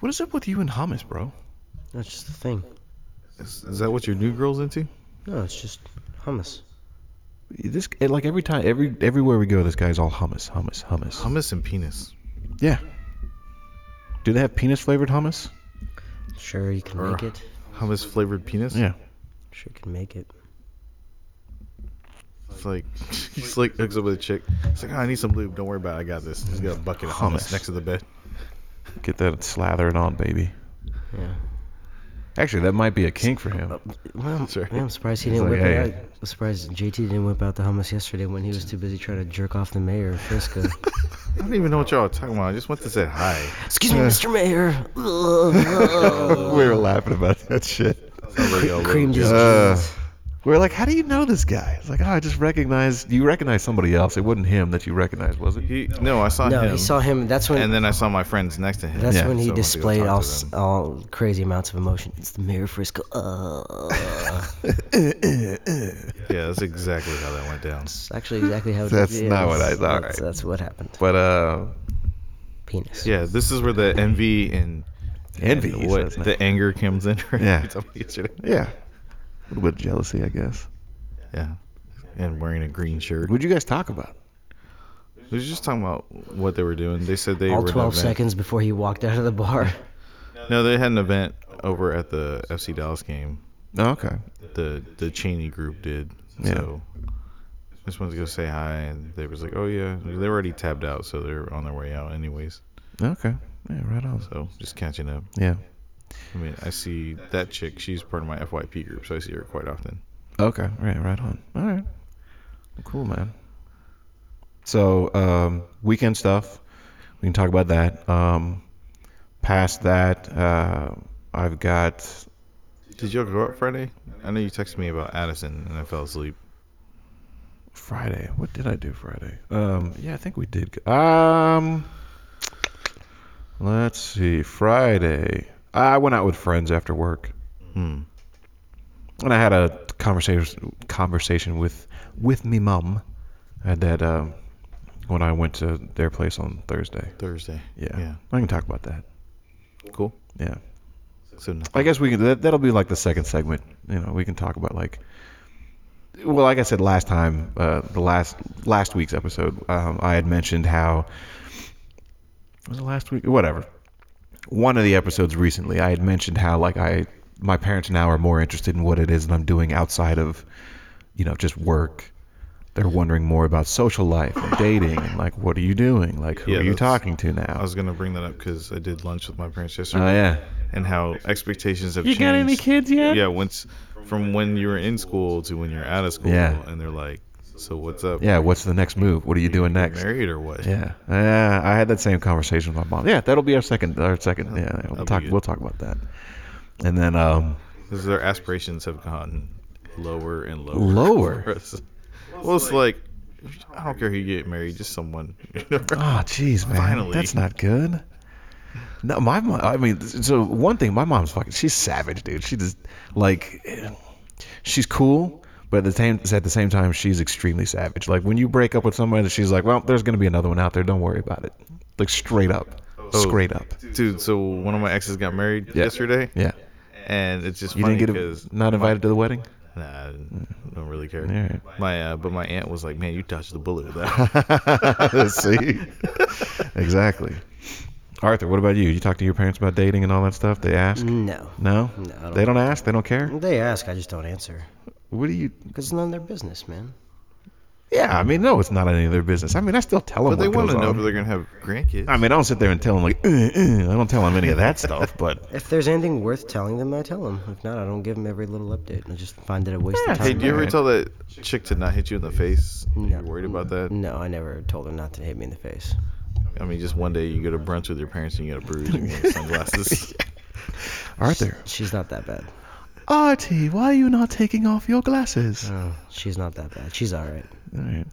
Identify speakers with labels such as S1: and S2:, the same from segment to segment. S1: What is up with you and hummus, bro?
S2: That's just the thing.
S3: Is, is that what your new girl's into?
S2: No, it's just hummus.
S1: This eh, like every time, every everywhere we go, this guy's all hummus, hummus, hummus.
S3: Hummus and penis.
S1: Yeah. Do they have penis flavored hummus?
S2: Sure, you can
S3: Or-
S2: make it.
S3: Hummus flavored penis?
S1: Yeah.
S2: Sure, you can make it.
S3: It's like, he's like, hooks up with a chick. It's like, "Oh, I need some lube. Don't worry about it. I got this. He's got a bucket of hummus,
S1: Hummus.
S3: next to the bed.
S1: Get that slathered on, baby.
S2: Yeah.
S1: Actually, that might be a kink for him.
S2: Well, I'm-
S3: That's right.
S2: yeah, I'm surprised he
S1: He's
S2: didn't
S1: like,
S2: whip it
S1: "Hey."
S2: out. I'm surprised JT didn't whip out the hummus yesterday when he was too busy trying to jerk off the mayor of Frisco.
S3: I don't even know what y'all are talking about. I just went to say hi.
S2: Excuse me, Mr. Mayor.
S1: we were laughing about that shit.
S2: Creamed his
S3: Uh,
S2: jeans.
S1: We were like, "How do you know this guy?" It's like, "Oh, I just recognized you. Recognize somebody else. It wasn't him that you recognized, was it?"
S3: He, no, I saw
S2: No,
S3: him.
S2: he saw him. That's when.
S3: and then I saw my friends next to him.
S2: that's
S1: Yeah,
S2: when he
S3: so I went to go
S2: displayed
S3: talk to
S2: all s-
S3: them.
S2: all crazy amounts of emotion. It's the mayor of Frisco. Uh,
S3: Yeah, that's exactly how that went down.
S2: it's actually exactly how. it-
S1: That's
S2: yeah,
S1: not what
S2: that's-
S1: I- all
S2: That's,
S1: right.
S2: that's what happened.
S1: But uh,
S2: Penis.
S3: Yeah, this is where the envy and
S1: envy. he
S3: what
S1: says now.
S3: the anger comes in. right?
S1: Yeah.
S3: You told me yesterday.
S1: yeah, a little bit of jealousy, I guess.
S3: Yeah. And wearing a green shirt.
S1: What'd you guys talk about?
S3: We were just talking about what they were doing. They said they
S2: All
S3: were at an
S2: 12
S3: event.
S2: seconds before he walked out of the bar.
S3: No, they had an event over at the FC Dallas game.
S1: Oh, okay.
S3: The the Cheney group did.
S1: Yeah.
S3: So I just wanted to go say hi, and they was like, "Oh yeah, they were already tabbed out, so they're on their way out anyways."
S1: Okay. Yeah, right on.
S3: So just catching up.
S1: Yeah.
S3: I mean, I see that chick. She's part of my FYP group, so I see her quite often.
S1: Okay. Right. Right on. All right. Well, Cool, man. So um, weekend stuff. We can talk about that. Um, past that, uh, I've got.
S3: Did y'all go out Friday? I know you texted me about Addison, and I fell asleep.
S1: Friday. What did I do Friday? Um, yeah, I think we did. go- Um, let's see. Friday, I went out with friends after work,
S3: Hmm.
S1: and I had a conversation conversation with with me mom. I had that um, when I went to their place on Thursday.
S3: Thursday.
S1: Yeah,
S3: Yeah.
S1: I can talk about that.
S3: Cool.
S1: Yeah,
S3: So nothing.
S1: I guess we can. That, that'll be like the second segment. You know, we can talk about like. Well, like I said last time, uh, the last last week's episode, um, I had mentioned how was it last week? Whatever. One of the episodes recently, I had mentioned how like I my parents now are more interested in what it is that I'm doing outside of, you know, just work. They're wondering more about social life and dating and like what are you doing? Like who
S3: Yeah,
S1: are you
S3: that's-
S1: talking to now?
S3: I was gonna bring that up because I did lunch with my parents yesterday.
S1: oh yeah.
S3: and how expectations have changed. Yeah, once from when you were in school to when you're out of school,
S1: Yeah.
S3: and they're like, "So what's up?
S1: Yeah, what's the next move? What are you doing
S3: Get
S1: next?
S3: married or what?"
S1: Yeah, yeah. I had that same conversation with my mom. Yeah, that'll be our second. Our second. Yeah,
S3: that'll
S1: we'll
S3: be
S1: talk.
S3: good.
S1: We'll talk about that. And then um,
S3: 'Cause their aspirations have gotten lower and lower.
S1: Lower?
S3: for us. Well, it's like, I don't care who you get married, just someone.
S1: oh, jeez, man,
S3: Finally.
S1: that's not good. No, my mom. I mean, so one thing, my mom's fucking. She's savage, dude. She just like, she's cool, but at the same at the same time, she's extremely savage. Like when you break up with somebody, she's like, well, there's gonna be another one out there. Don't worry about it. Like straight up,
S3: Oh.
S1: straight up.
S3: Dude, so one of my exes got married yesterday,
S1: Yeah.
S3: and it's just
S1: You
S3: funny
S1: didn't
S3: because
S1: get not invited to the wedding.
S3: nah, I don't really care.
S1: Alright.
S3: My uh, but my aunt was like, "Man, you dodged the bullet with that."
S1: Oh See, exactly. Arthur, what about you? You talk to your parents about dating and all that stuff? They ask?
S2: No.
S1: No,
S2: No, I don't
S1: they don't ask. They don't care.
S2: They ask, I just don't answer.
S1: What do you?
S2: Because it's none of their business, man.
S1: Yeah, I mean, no, it's not any of their business. I mean, I still tell them.
S3: but they
S1: what
S3: want to
S1: goes
S3: know
S1: on.
S3: if they're gonna have grandkids.
S1: I mean, I don't sit there and tell them like, uh, uh, I don't tell them any of that stuff. But
S2: If there's anything worth telling them, I tell them. If not, I don't give them every little update. I just find it a waste
S1: Yeah,
S2: of time.
S3: Hey, do you ever
S1: Alright.
S3: tell that chick to not hit you in the face? You're worried about that?
S2: No, I never told her not to hit me in the face.
S3: I mean, just one day you go to brunch with your parents and you get a bruise and you get sunglasses.
S1: Arthur,
S2: She's not that bad.
S1: Artie, why are you not taking off your glasses?
S2: Oh, she's not that bad. She's all right.
S1: All right.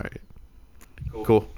S3: All right. Cool.